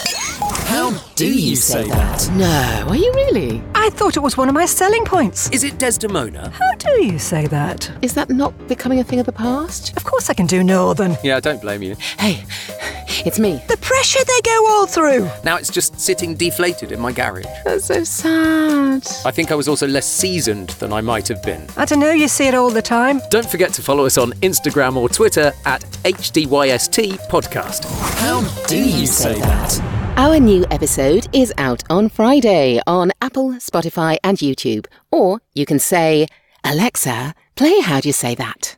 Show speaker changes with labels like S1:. S1: How Oh, do you say that?
S2: No, are you really?
S3: I thought it was one of my selling points.
S1: Is it Desdemona?
S3: How do you say that?
S2: Is that not becoming a thing of the past?
S3: Of course I can do Northern.
S1: Yeah, don't blame you.
S2: Hey, it's me.
S3: The pressure they go all through.
S1: Now it's just sitting deflated in my garage.
S2: That's so sad.
S1: I think I was also less seasoned than I might have been.
S3: I don't know, you see it all the time.
S1: Don't forget to follow us on Instagram or Twitter at HDYST Podcast. How do you say that?
S2: Our new episode is out on Friday on Apple, Spotify, and YouTube. Or you can say, Alexa, play How Do You Say That?